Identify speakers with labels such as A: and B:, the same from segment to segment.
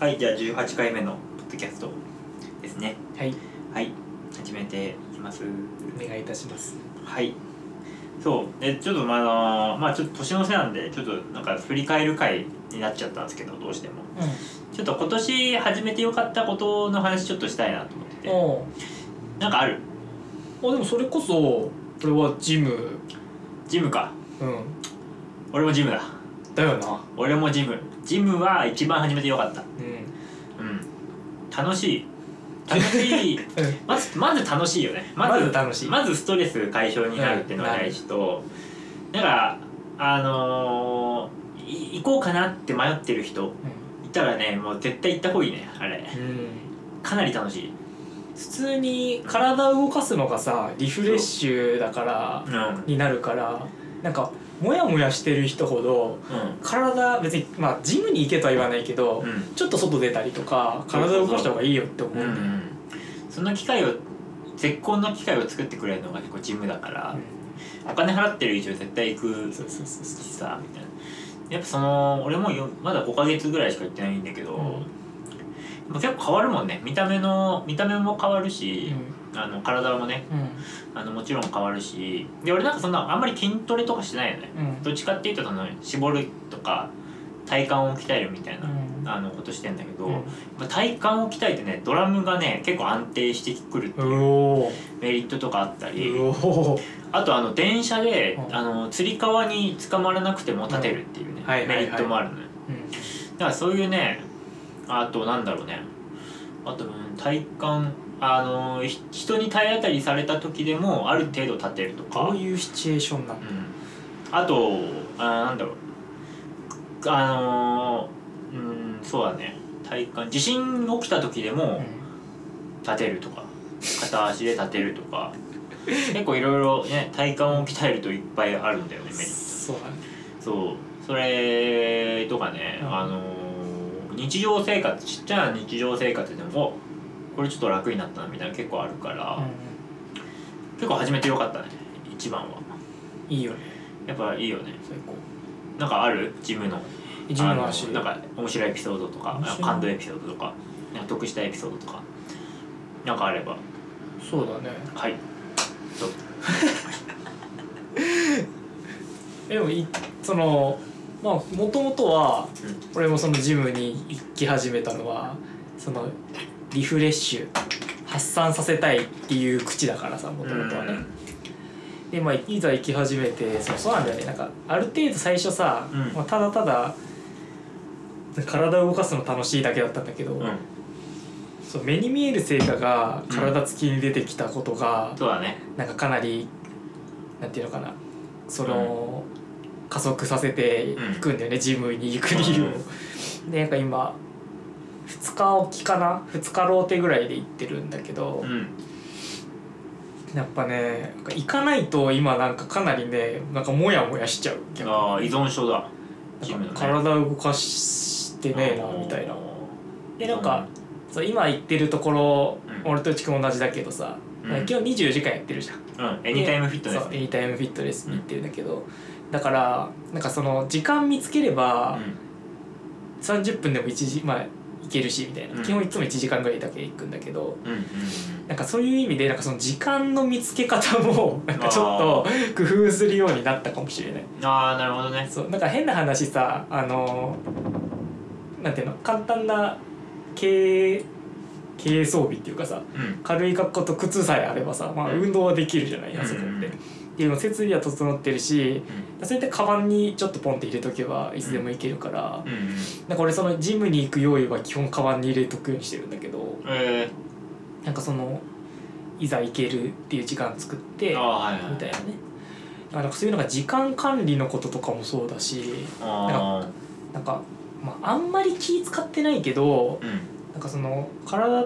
A: はい、じゃあ18回目のポッドキャストですね。
B: はい、
A: はい、始めていきます。
B: お願いいたします。
A: はい。そう、で、ちょっとまああのー、まあちょっと年の瀬なんで、ちょっとなんか振り返る回になっちゃったんですけど、どうしても。ちょっと今年始めてよかったことの話ちょっとしたいなと思って
B: う
A: て。
B: ん。
A: なんかある
B: あ、でもそれこそ、これはジム、
A: ジムか。
B: うん、
A: 俺もジムだ。
B: だよな。
A: 俺もジム。ジムは一番始めてよかった。
B: うん。
A: うん。楽しい。楽しい。まずまず楽しいよねまず
B: まず楽しい
A: まずストレス解消になるっていうのが大事と、だからあのーい行こうかなって迷ってる人いたらねもう絶対行った方がいいねあれ
B: うん。
A: かなり楽しい
B: 普通に体を動かすのがさ、リフレッシュだから
A: う、んうん
B: になるから、なんか、もやもやしてる人ほど、体、別に、まあ、ジムに行けとは言わないけど、
A: うん
B: ちょっと外出たりとか、体を動かした方がいいよって思う
A: うんんう
B: だよね。
A: んその機会を絶好の機会を作ってくれるのが結構ジムだから、お金払ってる以上絶対行
B: う
A: く
B: んそうそうそう
A: し
B: そ
A: さみたいなやっぱその俺もよまだ5ヶ月ぐらいしか行ってないんだけど、
B: う。うん
A: まあ結構変わるもんね見た目の見た目も変わる
B: う
A: し、
B: ん
A: あの体もねあのもちろん変わるしで俺なんかそんなあんまり筋トレとかしてないよね
B: うん。うん。
A: どっちかっていうとその絞るとか体幹を鍛えるみたいな、
B: うん
A: あのことしてんだけど、
B: うん
A: まあ体幹を鍛えてねドラムがね結構安定してくるっていう
B: うおー
A: メリットとかあったり、
B: うおー
A: あとあの電車で、
B: うん
A: あのつり革に捕まらなくても立てるっていうね、
B: うんはいはいはい
A: メリットもあるのよ
B: うん
A: だからそういうねあとなんだろうねあとうん体感あのひ人に体当たりされた時でもある程度立てるとか
B: どういうシチュエーションなの
A: うん、あとあなんだろうあのうんそうだね体感地震起きた時でも立てるとか片足で立てるとか結構いろいろね体幹を鍛えるといっぱいあるんだよねメリット
B: そうだね
A: そうそれとかね、
B: うん
A: あのー日常生活ちっちゃな日常生活でもおこれちょっと楽になったなみたいな結構あるから、結構始めてよかったね一番は
B: うんいいよね
A: やっぱいいよね
B: 最高
A: なんかあるジムの
B: 自分の足
A: あのなんか面白いエピソードとか
B: 面白い
A: 感動エピソードとかなんか得したエピソードとかなんかあれば
B: そうだね
A: はいどう
B: でもいそのまあもともとは
A: う
B: 俺もそのジムに行き始めたのはそのリフレッシュ発散させたいっていう口だからさもともとはねでまあいざ行き始めてそうそうなんだよねなんかある程度最初さ、
A: うん
B: まあ、ただただ体を動かすの楽しいだけだったんだけど、
A: うん、うん、
B: そう目に見える成果が体つきに出てきたことが、
A: そうだね
B: なんかかなりなんていうのかなその、加速させていくんだよね、ジムに行く理由を。でなんか今2日おきかな2日ローテぐらいで行ってるんだけど
A: う、ん
B: やっぱねなんか行かないと今なんかかなりねなんかモヤモヤしちゃう逆に
A: ああ依存症だジム
B: な
A: の
B: ん
A: ね
B: か体を動かしてねえなみたいな。でなんか、そう今行ってるところ、
A: うん
B: 俺とちくも同じだけどさ、
A: うん
B: 今日24時間やってるじゃん。
A: うん、エニタイムフィットネス
B: そうエニタイムフィットネスに行ってるんだけど、だからなんかその時間見つけれ
A: う
B: ば、
A: ん
B: 30分でも1時まあ行けるしみたいな、
A: うん
B: 基本いつも1時間ぐらいだけ行くんだけど
A: うんうん
B: なんかそういう意味でなんかその時間の見つけ方も なんかちょっと工夫するようになったかもしれない。
A: うんああなるほどね
B: そうなんか変な話さあのなんていうの簡単な軽軽装備っていうかさ
A: うん
B: 軽い格好と靴さえあればさ、まあ、運動はできるじゃないあそこ
A: うんうん
B: っ
A: うん
B: て。っていうの設備は整ってるしそうやってカバンにちょっとポンって入れとけばいつでも行けるから、
A: うんうん
B: なんか俺そのジムに行く用意は基本カバンに入れとくようにしてるんだけど
A: え
B: なんかそのいざ行けるっていう時間作って
A: ー、ああはいはい
B: みたいなねだからなんかそういうのが時間管理のこととかもそうだし
A: あ
B: なんか、まあ、あんまり気使ってないけど
A: ーうん
B: なんかその体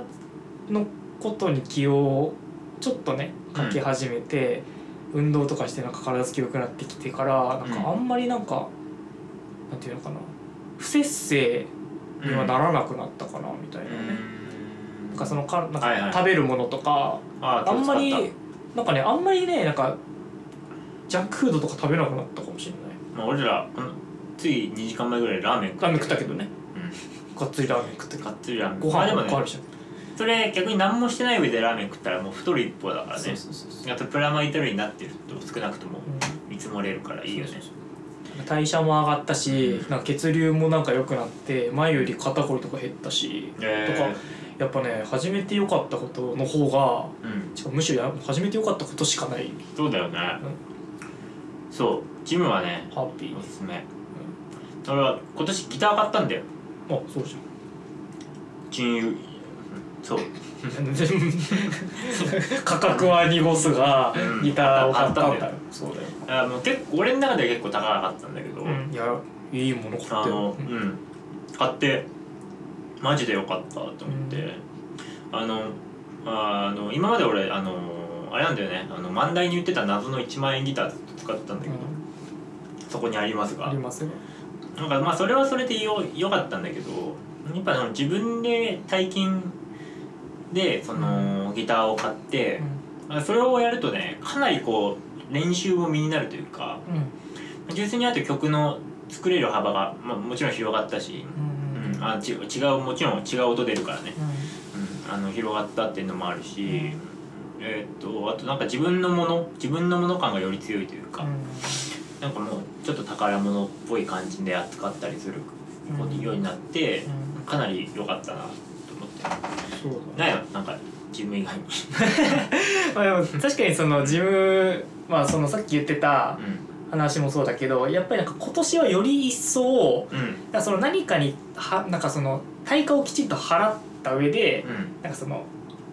B: のことに気をちょっとねかけ始めて、運動とかしてなんか体つき良くなってきてからなん
A: うん
B: かあんまりなんか、なんていうのかな不節制にはならなくなったかなみたいなね、
A: うん
B: なんかそのかなん
A: はいはい
B: か食べるものとか、
A: あー
B: あんまり
A: 気を使っ
B: なんかねあんまりねなんかジャンクフードとか食べなくなったかもしれない
A: たまあ俺らうんつい2時間前ぐらいラーメン
B: ラーメン食ったけどね、
A: うん
B: がっつりラーメン食ってる
A: がっつりラーメン
B: ご
A: まあ
B: 飯
A: で
B: も
A: も
B: っぱいある
A: ね
B: じゃん、
A: それ逆に何もしてない上でラーメン食ったらもう太る一方だからね
B: そうそうそう
A: あとプラマイトルになってると少なくとも
B: う
A: 見積もれるからいいよね
B: そうそうそう代謝も上がったしなんか血流もなんか良くなって前より肩こりとか減ったしとか
A: え
B: やっぱね始めて良かったことの方が
A: ーうん
B: しかもむしろや始めて良かったことしかない
A: そうだよねそうジムはね
B: ハッピー
A: おすすめ俺は今年ギター買ったんだよ
B: あそ うじ
A: 金融そう
B: ゃん価格は濁すが
A: うん
B: ギターを買った
A: 買
B: ん
A: ったんだ
B: だよそうだよ、
A: あもう結構俺の中では結構高かったんだけど、
B: うん、いやいいもの買っ
A: あ
B: てる
A: のうん買ってマジでよかったと思って、
B: う
A: あのああの今まで俺あのあれなんだよねあの漫題に言ってた謎の1万円ギターずっと使ってたんだけど、
B: うん
A: そこにあります
B: あ
A: が
B: りますよ
A: なんかまあそれはそれでよよかったんだけどやっぱその自分で大金でそのギターを買って、それをやるとねかなりこう練習も身になるというか
B: うんうん
A: 純粋にあと曲の作れる幅が、まあ、もちろん広がったし、
B: うんうん
A: うん、あち違うもちろん違う音出るからね、うん、あの広がったっていうのもあるし、えーっとあとなんか自分のもの自分のもの感がより強いというか、なんかもうちょっと宝物っぽい感じで扱ったりする
B: うん
A: ようになって、
B: うん
A: かなり良かったなと思って
B: そうだね
A: ないのなんか自分以外に、
B: まあでも確かにその自分まあそのさっき言ってた
A: う
B: 話もそうだけどやっぱりなんか今年はより一層
A: ん、うん
B: なんかその何かにはなんかその対価をきちんと払った上で
A: うん
B: なんかその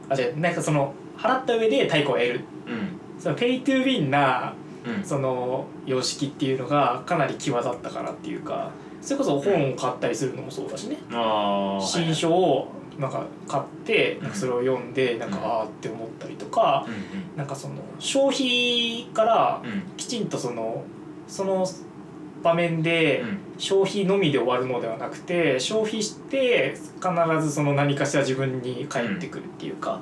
B: あじゃなんかその払った上で対価を得る
A: うん
B: そのペイトゥーウィンな
A: うん
B: その様式っていうのがかなり際立ったからっていうかそれこそ本を買ったりするのもそうだしね
A: あー
B: 新書をなんか買って
A: ん
B: なんかそれを読んでなんか
A: うん
B: ああって思ったりとか
A: はいはい
B: なんかその消費から
A: うん
B: きちんとそのその場面で
A: うん
B: 消費のみで終わるのではなくて消費して必ずその何かしら自分に返ってくるっていうか、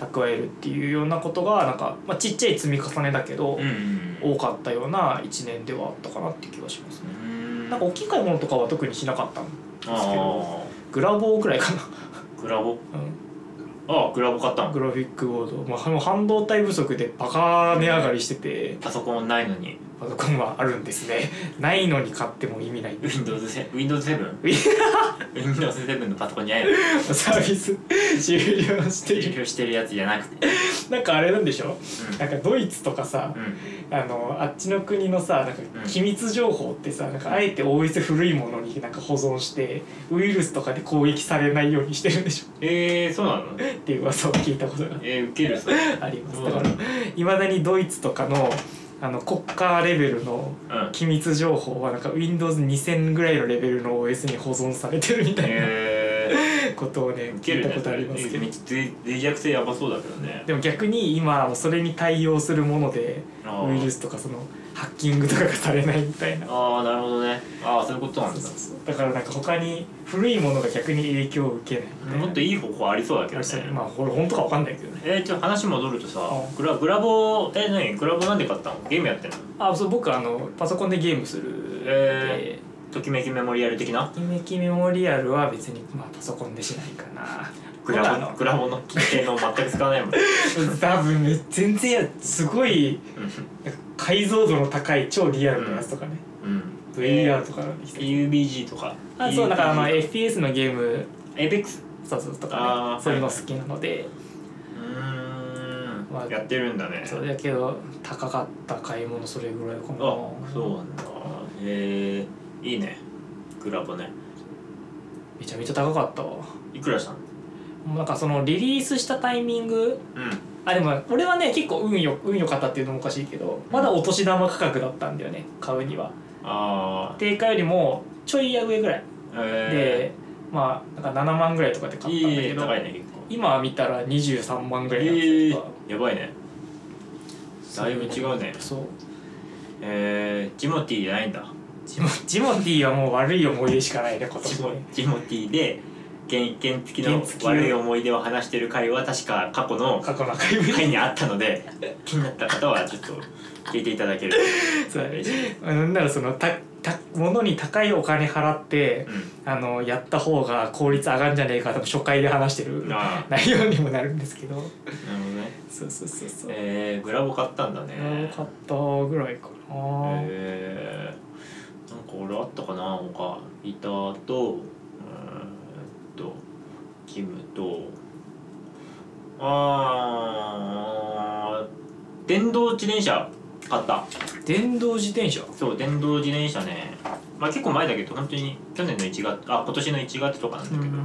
B: 蓄えるっていうようなことがなんか、まあ、ちっちゃい積み重ねだけど
A: うん、うん
B: 多かったような1年ではあったかなって気がしますね。
A: うん
B: なんか大きい買い物とかは特にしなかったの
A: あー
B: グラボーくらいかな、
A: グラボ
B: う
A: ああグラボ買った
B: ん、
A: の
B: グラフィックボード、まあ、もう半導体不足でバカ値上がりしてて
A: パソコンないのに
B: パソコンはあるんで すねないのに買っても意味ない
A: Windows7Windows7
B: いや
A: Windows7 のパソコンにないの
B: サービス終了して
A: 提
B: る
A: 供してるやつじゃなくて
B: なんかあれなんでしょなんかドイツとかさ
A: うんうん
B: あのあっちの国のさなんか
A: うん
B: 機密情報ってさなんかあえて OS 古いものになんか保存してウイルスとかで攻撃されないようにしてるんでしょ
A: えー、そうなの
B: っていう噂を聞いたことが
A: えー、ウケるそれ
B: あります
A: そう
B: だ
A: な
B: か
A: の
B: らいまだにドイツとかのあの国家レベルの
A: うん
B: 機密情報はなんか Windows2000 ぐらいのレベルの OS に保存されてるみたいな
A: え
B: ことをね
A: ー、ウケ
B: 聞
A: る
B: いた
A: ね
B: こと
A: そ
B: あ
A: れ
B: りますけど
A: めっちゃ脆脆弱性やばそうだけどね
B: でも逆に今はそれに対応するもので
A: あ
B: ウイル
A: ー
B: スとかそのハッキングとかがされないみたいな
A: あーなるほどねああそういうことなんだ
B: そうそうそうだからなんか他に古いものが逆に影響を受けないみたいな
A: もっといい方法ありそうだけどね
B: まあこれ本当かわかんないけどね
A: えー、ちょっと話戻るとさ
B: うん
A: グラグラボえ何グラボなんで買ったのゲームやってんの
B: あそう僕あのパソコンでゲームするんで、
A: えときめきメモリアル的な
B: ときめきメモリアルは別に、まあ、パソコンでしないかな
A: グラボのグラボの機能全く使わない もん、
B: 多分ね全然やすごい解像度の高い超リアルなやつとかね、
A: うん、
B: VR とかができたり
A: UBG とか
B: あそうなんかあの
A: APEX
B: FPS のゲームそうそうとか
A: あ
B: ね
A: ー
B: そういうの好きなので、
A: うーん、
B: まあ
A: やってるんだね
B: それだけど高かった買い物それぐらいかな
A: あそうなんだへえいいねグラボね
B: めちゃめちゃ高かったわも
A: いくらしたの
B: うなんかそのリリースしたタイミング
A: う
B: あでも俺はね結構運よ運良かったっていうのもおかしいけどまだお年玉価格だったんだよね買うには
A: んああ
B: 定価よりもちょい上ぐらいで
A: え
B: まあなんか7万ぐらいとかで
A: ー、
B: 買ったんだ
A: い
B: け
A: い
B: ど
A: 高いね結構
B: 今見たら23万ぐらいになって
A: え
B: たりとか、
A: ー、やばいねだいぶ違うね
B: そう
A: えー、ジモティーじゃないんだ
B: ジモジモティはもう悪い思い出しかないね今年
A: ジ
B: も
A: モジモティーで原原付きの
B: 原付きの
A: 悪い思い出を話してる回は確か過去の
B: 過去の赤い部
A: 回にあったので気になった方はちょっと聞いていただけると
B: そうだね
A: 嬉しい
B: あなんならそのたたものに高いお金払ってあのやった方が効率上がるんじゃねえか多分初回で話して
A: う
B: る
A: んああ
B: 内容にもなるんですけど
A: なるほどね
B: そうそうそうそう、
A: えー、グラボ買ったんだね
B: よかったぐらいかな、
A: えー、なんか俺あったかな他ギターとうーんとキムとあー電動自転車買った
B: 電動自転車
A: そう電動自転車ねまあ結構前だけど本当に去年の1月あ今年の1月とかなんだけど、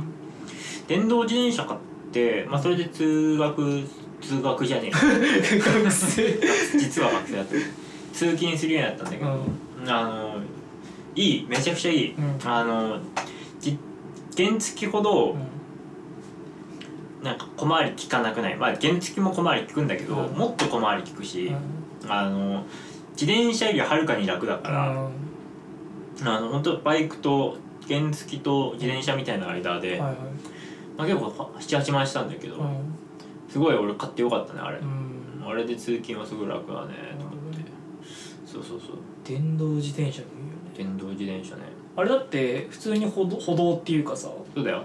A: 電動自転車買って、まあ、それで通学通学じゃね
B: 学生
A: え 実は学生だった通勤するようになったんだけど、あのいいめちゃくちゃいい、
B: うん
A: あのじ原付ほどなんか小回り効かなくないまあ原付も小回り効くんだけど、
B: うん
A: もっと小回り効くし、あの自転車よりはるかに楽だから、あの本当バイクと原付と自転車みたいな間で、
B: はいはい
A: まあ、結構78万したんだけど、すごい俺買ってよかったねあれ、
B: うん
A: あれで通勤はすごい楽だね
B: なるほどね
A: そうそうそう
B: 電動自転車もいいよね
A: 電動自転車ね
B: あれだって普通に歩道歩道っていうかさ
A: そうだよ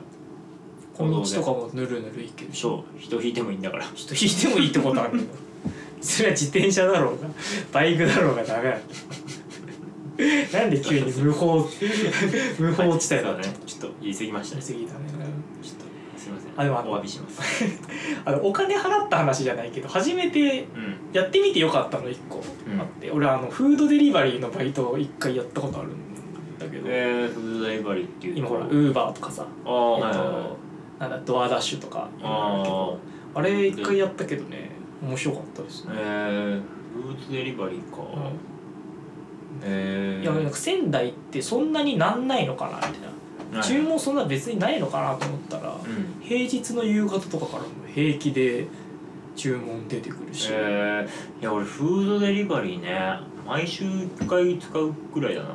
B: この道とかもぬるぬるいけるし
A: そう人引いてもいいんだから
B: ちょっと引いてもいいってことあるのそれは自転車だろうがバイクだろうがダメなのなんで急に無法無法地 帯
A: そ
B: だ
A: うだねちょっと言い過ぎましたね
B: 過ぎたね
A: ちょっとすいません
B: あでもあの
A: お詫びします
B: あのお金払った話じゃないけど初めて
A: うん
B: やってみてよかったの1個
A: うん
B: あって、俺あのフードデリバリーのバイトを1回やったことあるんだけど、
A: えー、フードデリバリーっていうと
B: 今ほらウーバーとかさ、
A: ああ
B: えっ
A: はいはいはい
B: となんだドアダッシュとかあ
A: あ
B: あれ1回やったけどね面白かったです
A: あ
B: ね、
A: えー、フードデリバリーか、
B: うん
A: えー、
B: いやなんか仙台ってそんなになんないのかなみたいな、
A: はい
B: 注文そんな別にないのかなと思ったら、
A: うん
B: 平日の夕方とかからも平気で注文出てくるし、
A: えー、いや俺フードデリバリーね毎週1回使うくらいだな
B: うん、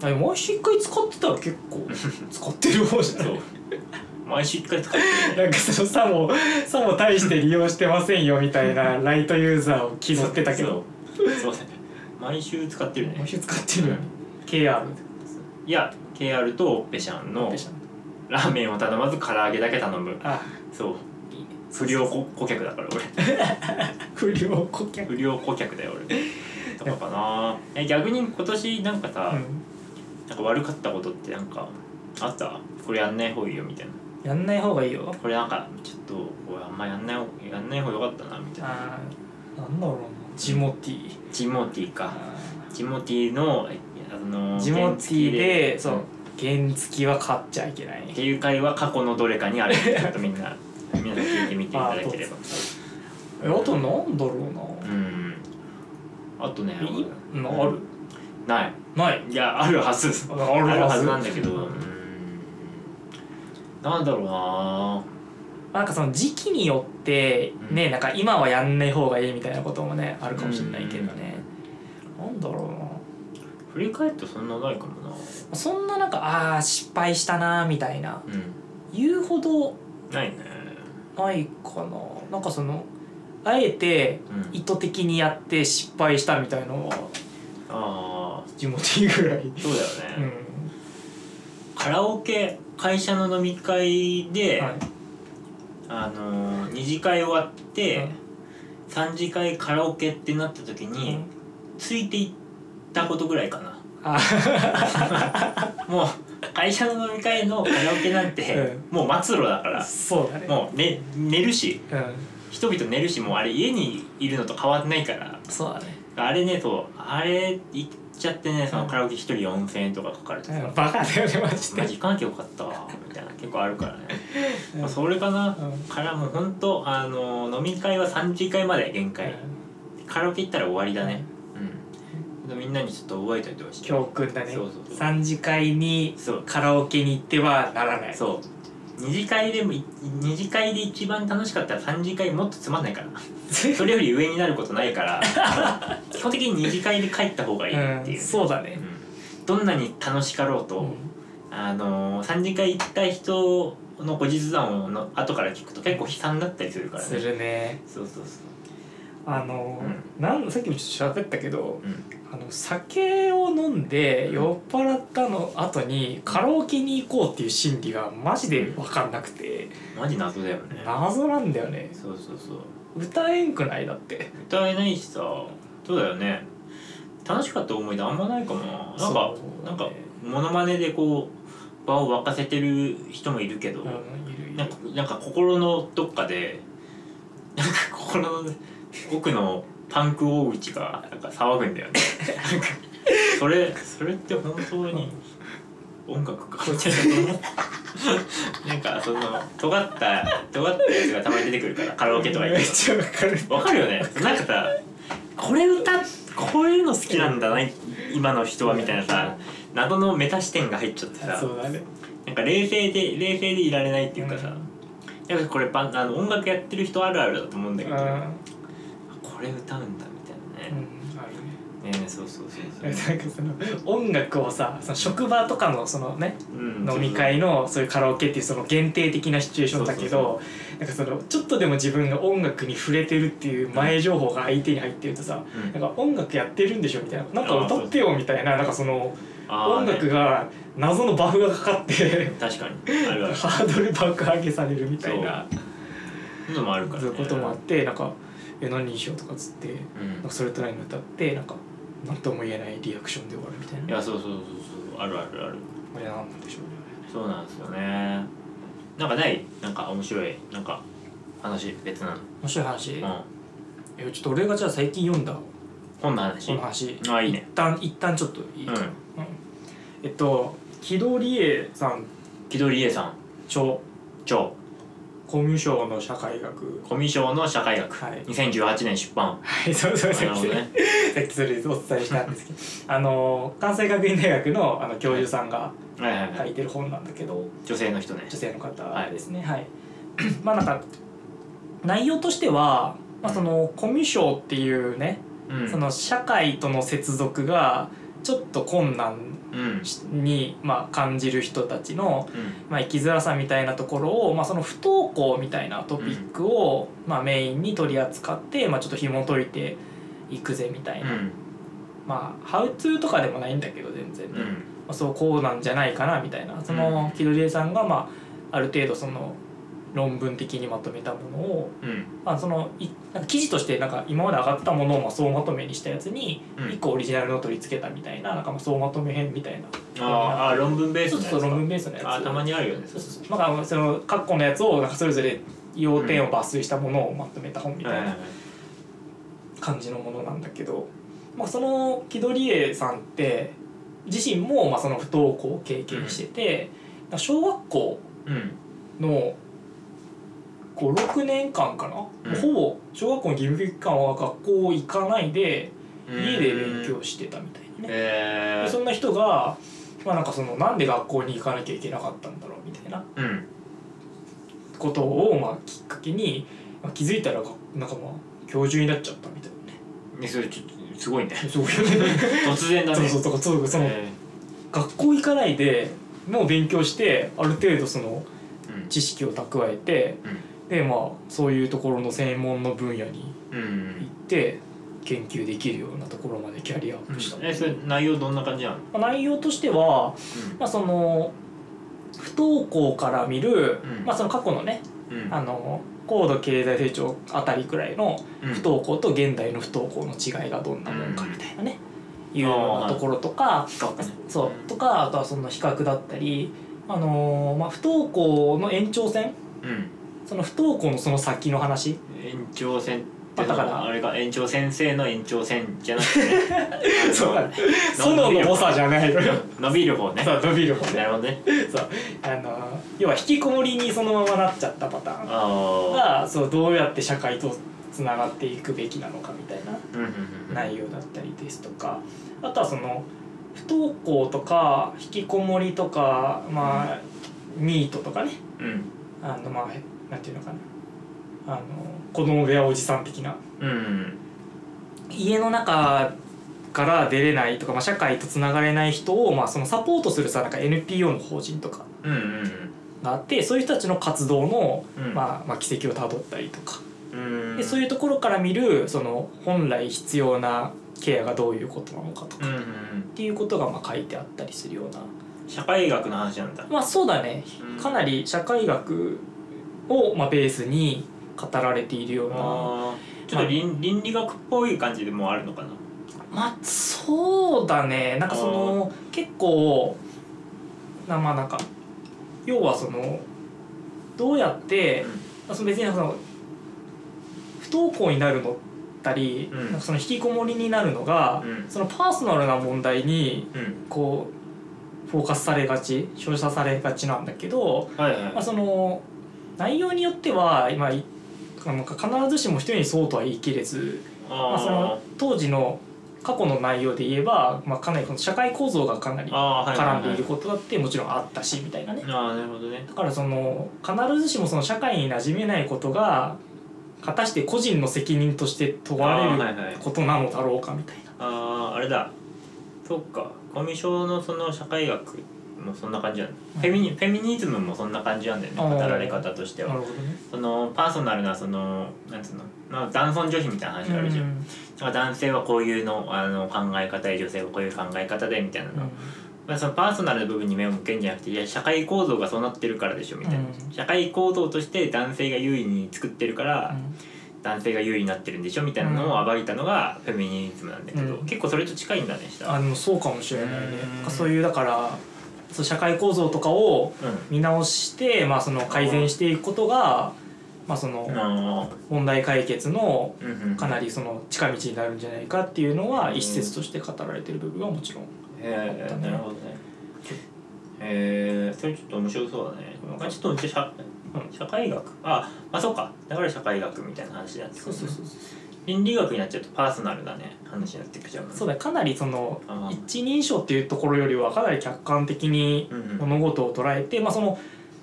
B: あれ毎週1回使ってたら結 構使ってる方じゃな
A: そ
B: いう
A: 毎週1回使ってる
B: なんかそのさもさも大して利用してませんよみたい なライトユーザーを 気取ってたけど
A: そうそうだね毎週使ってるね
B: 毎週使ってるよね KR
A: いや KR とベシャンの
B: でしたね
A: ラーメンを頼まず唐揚げだけ頼む
B: あ
A: そう不良こ顧客だから 俺
B: 不良顧客
A: 不良顧客だよ俺とかかなえ逆に今年なんかさ、
B: うん
A: なんか悪かったことってなんかあったこれやんない方がいいよみたいな
B: やんない方がいいよ
A: これなんかちょっとこれあんまやんない方やんない方がよかったなみたいな
B: あーなんだろうなジモティ
A: ジモティーか
B: あ
A: ジモティーのえあの
B: ージモティでそうう原付は買っちゃいけない
A: っていう回は過去のどれかにあるのでちょっとみんな 皆さん聞いてみていただければ
B: えあとなんだろう
A: うんあとね
B: な、いなある
A: ない
B: ない
A: いやあるはず
B: ある
A: あるはずな
B: なん
A: だけどうんなんだろうなん
B: かその時期によってね、なんか今はやんない方がいいみたいなこともねあるかもしれないけどね、なんだろうな
A: 振り返ってそんなないかもな
B: そんななんかああ失敗したなーみたいな
A: うん
B: 言うほど
A: ないね
B: ないかななんかそのあえて
A: うん
B: 意図的にやって失敗したみたいのは
A: ああ
B: 地元ぐらい、う
A: そうだよね、
B: ん
A: カラオケ会社の飲み会で、
B: はい、
A: あのー、二次会終わって、三次会カラオケってなった時
B: う
A: に、
B: ん
A: ついていったことぐらいかな
B: あ
A: もう会社の飲み会のカラオケなんて、
B: う
A: もう末路だか
B: あ
A: ら
B: そうだね
A: もう、ね、寝るし
B: うん、
A: 人々寝るしもうあれ家にいるのと変わんないから
B: そうだね
A: あれねそうあれ行っちゃってねそのカラオケ一人4,000円とかかかるとさ、
B: バカだよねマジで
A: マジ行かなきゃよかったわみたいな結構あるからね、
B: うん
A: まあ、それかな、
B: うん
A: からもうほんとあの飲み会は3次会まで限界、カラオケ行ったら終わりだねうんちょっとみんなにちょっと覚えておいてほしい
B: 教訓だね
A: そうそうそう
B: 三次会に
A: そう
B: カラオケに行ってはならない
A: そう二次会でもい二次会で一番楽しかったら三次会もっとつまん ないからそれより上になることないから基本的に二次会で帰った方がいいっていうう、
B: ん、そうだね、
A: うんどんなに楽しかろうと、
B: うん
A: あのー三次会行った人の後日談をの後から聞くと結構悲惨だったりするから
B: す
A: ね
B: るね
A: そうそうそう
B: あの、
A: う
B: なんさっきもちょっと喋ったけど
A: うん
B: あの酒を飲んで酔っ払ったの後にカラオケに行こうっていう心理がマジで分かんなくて
A: マジ謎だよね
B: 謎なんだよね
A: そうそうそう
B: 歌えんくないだって
A: 歌えないしさそうだよね楽しかった思い出あんまないかもななんか、
B: そう
A: なんかモノマネでこう場を沸かせてる人もいるけど、
B: うんいるいる
A: なんかなんか心のどっかでなんか心の奥のパンク大内がなんか騒ぐんだよねなんかそれそれって本当に音楽かみたいななんかその尖った尖ったやつがたまに出てくるからカラオケとか行く
B: めっ
A: と
B: ちゃ分かる
A: わかるよねなんかさこれ歌こういうの好きなんだな今の人はみたいなさ謎のメタ視点が入っちゃってさ
B: そうだね
A: なんか冷静で冷静でいられないっていうかさ、やっぱこれバンあの音楽やってる人あるあるだと思うんだけど、
B: う
A: これ歌うんだみたい
B: ん
A: なね、
B: うんあるね
A: ねそうそうそう
B: なん
A: そ
B: かその音楽をさその職場とかのそのね
A: う、うん、
B: 飲み会のそういうカラオケっていうその限定的なシチュエーションだけどなんかそのちょっとでも自分が音楽に触れてるっていう前情報が相手に入ってるとさ
A: うん
B: なんか音楽やってるんでしょみたいななんか歌ってよみたいななんかその
A: あー
B: 音楽が謎のバフがかかって
A: ね、確かにあるあるそ
B: ハードル爆上げされるみたいな
A: ういうのもあるから、
B: そう
A: ね、
B: いうこともあってなんか「え何にしよう」とかっつってなん
A: う
B: かそれと何歌ってなんか何とも言えないリアクションで終わるみたい
A: ん、い
B: な
A: やそうそうそうそうあるあるある
B: これなんでしょうね
A: そうなんですよねなんかないなんか面白いなんか話別なの、
B: 面白い話、
A: うん、
B: えちょっと俺がじゃあ最近読んだこ
A: 本の話
B: の話
A: あいいね
B: 一旦一旦ちょっといいかな、
A: うん
B: うんえっと木戸理恵さん
A: 木戸理恵さん
B: 著
A: 超
B: 公務省の社会学
A: コミュ障の社会学、
B: はい
A: 2018年出 版
B: はいそうそう
A: な
B: さ
A: る
B: っ
A: ほ
B: き、
A: どね
B: さっきそれお伝えしたんですけどあの関西学院大学のあの教授さんが
A: はいはい
B: 書
A: はいい
B: てる本なんだけど、
A: 女性の人ね
B: 女性の方ですねはい、まあなんか内容としては、まあ、そのコミュ障っていうね、
A: うん
B: その社会との接続がちょっと困難
A: うん
B: に、まあ、感じる人たちの、
A: う
B: まあ、生きづらさみたいなところを、まあ、その不登校みたいなトピックを、まあ、メインに取り扱って、まあ、ちょっと紐解いていくぜみたい
A: んう
B: な、
A: ん
B: まあハウツーとかでもないんだけど全然ね、
A: う
B: ま
A: ん
B: あ、そうこうなんじゃないかなみたいなそうの
A: ん
B: 木戸理恵さんが、まあ、ある程度その論文的にまとめたものを、
A: うん
B: まあ、そのいなんか記事としてなんか今まで上がったものをまあ総まとめにしたやつに
A: うん
B: 1個オリジナルの取り付けたみたいななんかまあ総まとめ編みたいな
A: あああ論文ベース
B: そう
A: のやつ
B: そう論文ベースのやつ
A: ああたまにあるよね
B: そうそうそうまああのその各個のやつをなんかそれぞれ要点を抜粋したものをまとめた本み
A: はい
B: た
A: はいいは
B: な感じのものなんだけど、まあ、その木戸理恵さんって自身もまあその不登校を経験してて、なんか小学校
A: うん
B: の56年間かな、
A: うん
B: ほぼ小学校の義務教育期間は学校行かないで
A: うん
B: 家で勉強してたみたいなね。
A: え
B: でそ
A: ー
B: んな人がまあなんかそのなんで学校に行かなきゃいけなかったんだろうみたいな
A: うん
B: ことをまあきっかけに、まあ、気づいたらがなんかまあ教授になっちゃったみたいなね
A: ねそれちょっとすご いね
B: そういうね
A: 突然だ
B: そう
A: ね
B: そうそうそうその
A: え
B: 学校行かないでもう勉強してある程度その
A: ーうん
B: 知識を蓄えてでまあそういうところの専門の分野に
A: うんう
B: 行っ
A: ん
B: て研究できるようなところまでキャリアアップした、
A: えそれ内容どんな感じなの
B: まあ内容としては、まあ、その不登校から見る、
A: うん
B: まあ、その過去のね
A: うんうん
B: あの高度経済成長あたりくらいの
A: うん
B: 不登校と現代の不登校の違いがどんなもんかみたいなね、いうようなところとか
A: 学科ね
B: そうとかあとはその比較だったり、あのーまあ、不登校の延長線
A: うん
B: その不登校のその先の話
A: 延長線って
B: だ
A: の
B: から
A: はあれか延長先生の延長線じゃなくて
B: そうだ
A: あ
B: ね園の猛者じゃないのよ
A: の伸びる方ね
B: そう伸びるもんね
A: なるほどね
B: あの要は引きこもりにそのままなっちゃったパターン
A: ああ
B: がそうどうやって社会とつながっていくべきなのかみたいな
A: うんうんうん
B: 内容だったりですとかあとはその不登校とか引きこもりとかまあニートとかね
A: うん
B: あのまあなんていうのかなあの子供部屋おじさん的な
A: うん
B: 家の中から出れないとか、まあ、社会とつながれない人を、まあ、そのサポートするさなんか NPO の法人とか
A: うんうん
B: があってそういう人たちの活動の、
A: うん
B: まあまあ、軌跡をたどったりとか、
A: うんうん
B: でそういうところから見るその本来必要なケアがどういうことなのかとか
A: うんうん
B: っていうことがまあ書いてあったりするような
A: 社会学の話なんだ
B: まあそうだね
A: うん
B: かなり社会学をまあベースに語られているような
A: あーちょっと倫倫理学っぽい感じでもあるのかな
B: まあそうだねなんかその結構なまあなんか要はそのどうやって、まあ、その別にその不登校になるのだり、
A: うん
B: なんかその引きこもりになるのが、
A: うん
B: そのパーソナルな問題に
A: うん
B: こうフォーカスされがち照射されがちなんだけど、
A: はいはい
B: まあ、その内容によっては今いなんか必ずしも一人にそうとは言い切れずまあ、その当時の過去の内容で言えば、まあ、かなりこの社会構造がかなり
A: あー
B: 絡んでい
A: はい
B: ることだってもちろんあったしみたいなね
A: はいはい、ああなるほどね
B: だからその必ずしもその社会に馴染めないことが果たして個人の責任として問わ
A: あー
B: れ
A: は
B: る
A: いはい
B: ことなのだろうかみたいな。
A: あああれだそっかコミュ障のその社会学もそんな感じなんだ、
B: うん
A: フェミニフェミニズムもそんな感じなんだよね
B: あー
A: 語られ方として
B: な
A: は
B: るほどね
A: そのパーソナルなそのなんつうの、まあ、男尊女卑みたいな話あるじゃん、
B: うん
A: まあ男性はこういうのあの考え方で女性はこういう考え方でみたいなの、まあ、そのパーソナルな部分に目を向けるんじゃなくていや社会構造がそうなってるからでしょみたいな、
B: うん
A: 社会構造として男性が優位に作ってるから、男性が優位になってるんでしょみたいなのを暴いたのがフェミニズムなんだけど、
B: うん
A: 結構それと近いんだね下
B: あでもそうかもしれないね
A: うん
B: なんかそういうだからそう社会構造とかを
A: う
B: 見直して、まあ、その改善していくことが、まあ、その
A: んあ
B: 問題解決の
A: ーうんうん
B: かなりその近道になるんじゃないかっていうのは一説として語られてる部分はもちろん
A: へえなるほどねへえそれちょっと面白そうだね、まあ、ちょっとうち社社会学あまあそうかだから社会学みたいな話だってくるね
B: う
A: 倫理学になっちゃうとパーソナルなね話になってくじゃん
B: そうだかなりその
A: あー
B: 一人称っていうところよりはかなり客観的に
A: うんうん
B: 物事を捉えて、まあ、その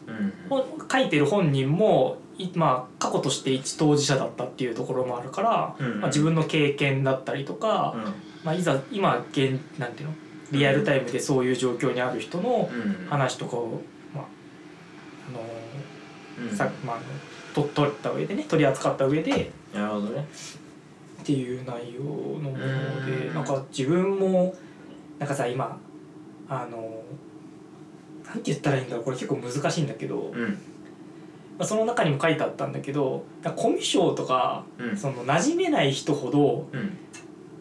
A: うん
B: 本書いてる本人も、いまあ、過去として一当事者だったっていうところもあるから、
A: うんうん
B: まあ、自分の経験だったりとか、まあ、いざ今現なんていうのリアルタイムでそういう状況にある人の
A: うんうん
B: 話とかを、まああの
A: うん
B: さまああの、と取った上でね取り扱った上で
A: なるほどね
B: っていう内容のもので
A: うん
B: なんか自分もなんかさ今あのなんて言ったらいいんだろうこれ結構難しいんだけど、ま
A: うん
B: あ、その中にも書いてあったんだけどなんかコミュ障とか
A: うん
B: その馴染めない人ほど
A: うん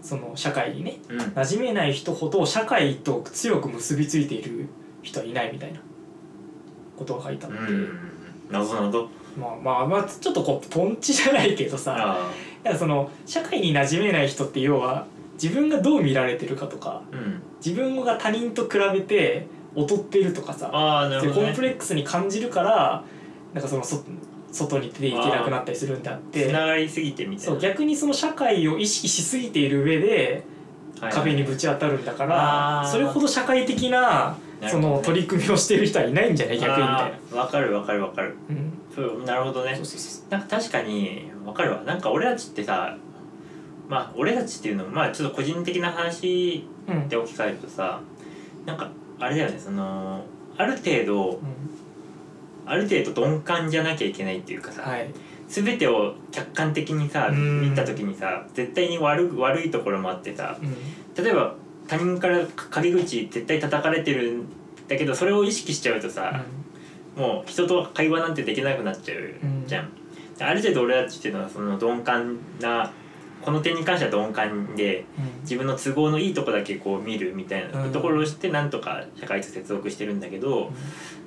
B: その社会にね
A: うん
B: 馴染めない人ほど社会と強く結びついている人はいないみたいなことが書いてあっ
A: う
B: て、
A: ん謎謎
B: まあまあまあちょっとこうポンチじゃないけどさ
A: あ
B: だからその社会に馴染めない人って要は自分がどう見られてるかとか
A: ーうん
B: 自分が他人と比べて劣ってるとかさ
A: あーなるほど
B: コン
A: ね
B: プレックスに感じるからなんかそのそ外に出ていけなくなったりするんであっ
A: つ
B: て
A: ながりすぎてみたい
B: そ
A: な
B: う逆にその社会を意識しすぎている上で
A: はい
B: 壁にぶち当たるんだか
A: あ
B: ら
A: ー
B: それほど社会的な
A: なる
B: そ
A: ほどね
B: の取り組みをしている人はいないんじゃない逆にみたいな
A: あ。ーわかるわかるわかる
B: うん
A: そうなるほどね
B: そうそうそう
A: なんか確かにわかるわなんか俺たちってさまあ俺たちっていうのもまあちょっと個人的な話
B: うんうん
A: で置き換えるとさなんかあれだよねそのある程度ある程度鈍感じゃなきゃいけないっていうかさ、
B: はい
A: 全てを客観的にさ
B: うん
A: 見た時にさ絶対に悪く悪いところもあってさ
B: うん
A: 例えば他人から陰口絶対叩かれてるんだけどそれを意識しちゃうとさ、もう人と会話なんてできなくなっちゃうじゃん、ある程度俺たちっていうのはその鈍感なこの点に関しては鈍感で
B: うん
A: 自分の都合のいいとこだけこう見るみたいな
B: うん
A: ところをしてなんとか社会と接続してるんだけど、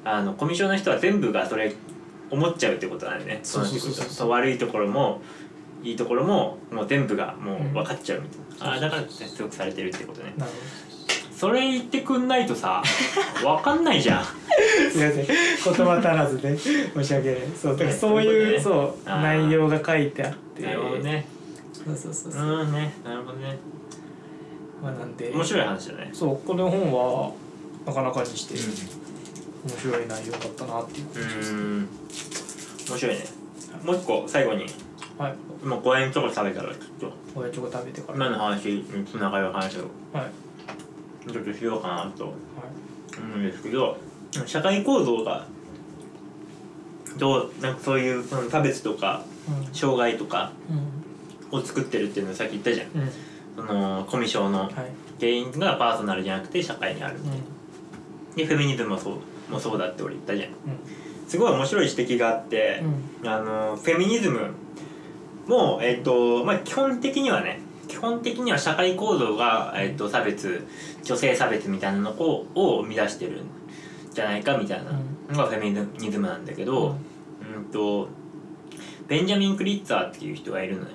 A: あのコミュ障の人は全部がそれ思っちゃうってことなんだよね
B: そうそうそうそう
A: なってくると悪いところもいいところももう全部がもう分かっちゃうみたいな、
B: うん
A: あだから接続されてるってことね
B: なるほど
A: それ言ってくんないと さ分かんないじゃん
B: すいません言葉足らずで申し訳ないそうだから
A: ね
B: そういう
A: そ
B: そう
A: あー
B: 内容が書いてあって
A: なるほどね
B: そうそうそう
A: う
B: そう、
A: んねなるほどね
B: まあなんで
A: 面白い話だね
B: そうこの本はなかなかにして面白い内容だったなっていう
A: うーん面白いねもう一個最後に
B: はい
A: 今公園とか食べたからちょっ
B: おやちょこ食べてか
A: と
B: ら
A: 今
B: はい
A: の話につながる話を
B: はい
A: ちょっとしようかなと思うんですけど社会構造がどうなんかそういうその差別とか障害とか
B: うん
A: を作ってるっていうのをさっき言ったじゃん
B: うん
A: そのコミュ障の
B: はい、
A: 原因がパーソナルじゃなくて社会にある
B: うん
A: でフェミニズムもそうもそうだって俺言ったじゃん
B: う
A: すごい面白い指摘があって
B: ん、
A: あのフェミニズムもえっ、とまあ基本的にはね基本的には社会構造が、えっと差別女性差別みたいなのをを生み出してるんじゃないかみたいなのがフェミニズムなんだけど、うんとベンジャミン・クリッツァーっていう人がいるのよ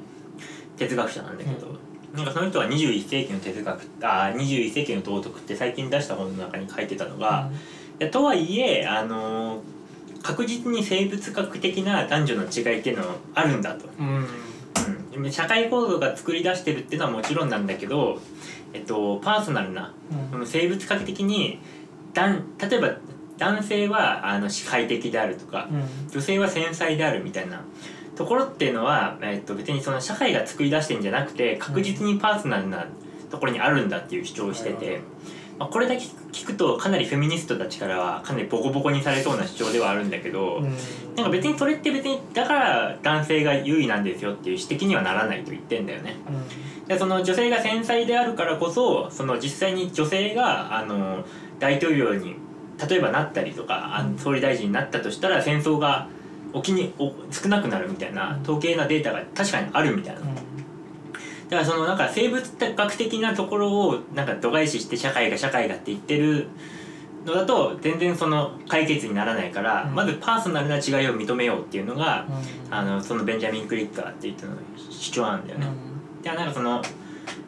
A: 哲学者なんだけど、なんかその人が21世紀の哲学あー21世紀の道徳って最近出した本の中に書いてたのが、いやとはいえ、あのー確実に生物学的な男女の違いっていうのはあるんだと、
B: うん、うん
A: うんでも社会構造が作り出してるっていうのはもちろんなんだけど、えっと、パーソナルなその生物学的に男例えば男性はあの支配的であるとか、
B: うん
A: 女性は繊細であるみたいなところっていうのは、えっと別にその社会が作り出してんじゃなくて確実にパーソナルなところにあるんだっていう主張をしてて、まあ、これだけ聞くとかなりフェミニストたちからはかなりボコボコにされそうな主張ではあるんだけど、
B: うん
A: なんか別にそれって別にだから男性が優位なんですよっていう指摘にはならないと言ってんだよね。でその女性が繊細であるからこそその実際に女性があの大統領に例えばなったりとかあ
B: うん
A: の総理大臣になったとしたら戦争が起きにお少なくなるみたいな統計なデータが確かにあるみたいなだからそのなんか生物学的なところをなんか度外視して社会が社会がって言ってるのだと全然その解決にならないから、
B: うん
A: まずパーソナルな違いを認めようっていうのが、
B: うん
A: あのそのベンジャミン・クリッカーって言ったの主張なんだよね。じゃあなんかその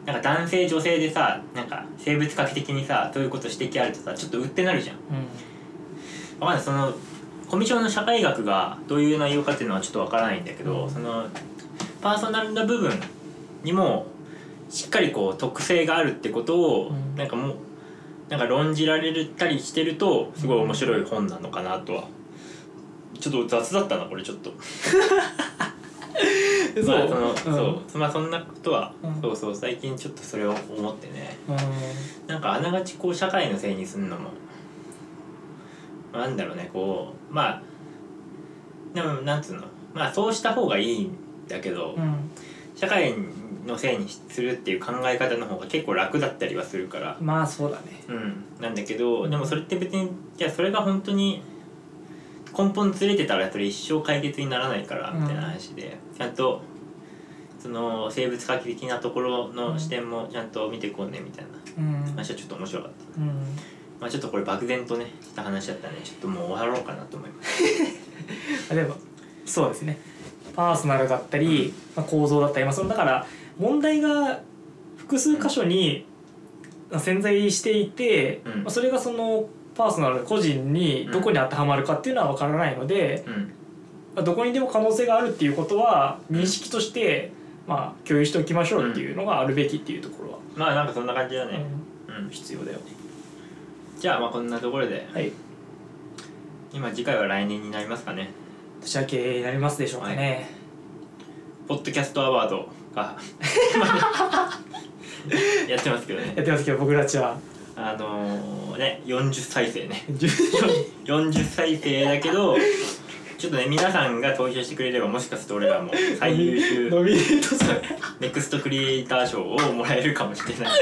A: なんか男性女性でさなんか生物学的にさそういうこと指摘あるとさちょっとうってなるじゃん。わかんないそのコミュ障の社会学がどういう内容かっていうのはちょっとわからないんだけど、
B: うん
A: そのパーソナルな部分にもしっかりこう特性があるってことを、
B: うん
A: なんかもうなんか論じられたりしてるとすごい面白い本なのかなとは。ちょっと雑だったなこれちょっと
B: うん
A: まあその、
B: ん
A: そうまあそんなことは、
B: うん
A: そうそう最近ちょっとそれを思ってね
B: うん
A: なんかあながちこう社会のせいにするのもなんだろうねこうまあでもなんつうのまあそうした方がいいんだけど、
B: うん
A: 社会のせいにするっていう考え方の方が結構楽だったりはするから、
B: まあそうだね
A: うん、なんだけどでもそれって別にいやそれが本当に根本ずれてたらそれ一生解決にならないから
B: うん
A: みたいな話で、ちゃんとその生物学的なところの視点もちゃんと見てこうねみたいな
B: うん
A: 話はちょっと面白かった。
B: うん
A: まあちょっとこれ漠然とねした話だったねちょっともう終わろうかなと思います
B: あでもそうですねパーソナルだったり、まあ、構造だったり、まあ、そのだから問題が複数箇所にまあ潜在していて、
A: うん
B: まあ、それがそのパーソナル個人にどこに当てはまるかっていうのは分からないので、
A: うん
B: まあ、どこにでも可能性があるっていうことは認識として、まあ、共有しておきましょうっていうのがあるべきっていうところは、
A: まあなんかそんな感じだ
B: う
A: ね
B: ん
A: うん
B: 必要だよね。
A: じゃあまあこんなところで
B: はい、
A: 今次回は来年になりますかね
B: 年明けになりますでしょうかね。
A: ポッドキャストアワードが やってますけどね
B: やってますけど僕たちは
A: あのー、ね40再生 ね
B: 10
A: 40再生だけどちょっとね皆さんが投票してくれればもしかすると俺らも最優秀
B: ノミネートされ
A: ネクストクリエイター賞をもらえるかもしれない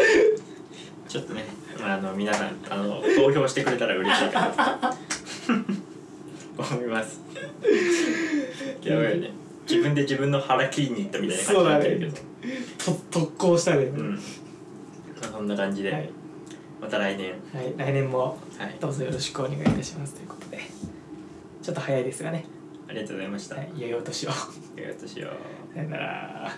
A: ちょっとねあの皆さんあの投票してくれたら嬉しいかな と思いますやばいよね自分で自分の腹切りに行ったみたいな感じになってるけど
B: と特攻したね。
A: うん、まあ、そんな感じで、
B: はい
A: また来年
B: はい、来年も
A: はい
B: どうぞよろしくお願いいたしますということでちょっと早いですがね、
A: ありがとうございました、
B: はい、良いお年をさ
A: ありがとうしよう
B: よなら。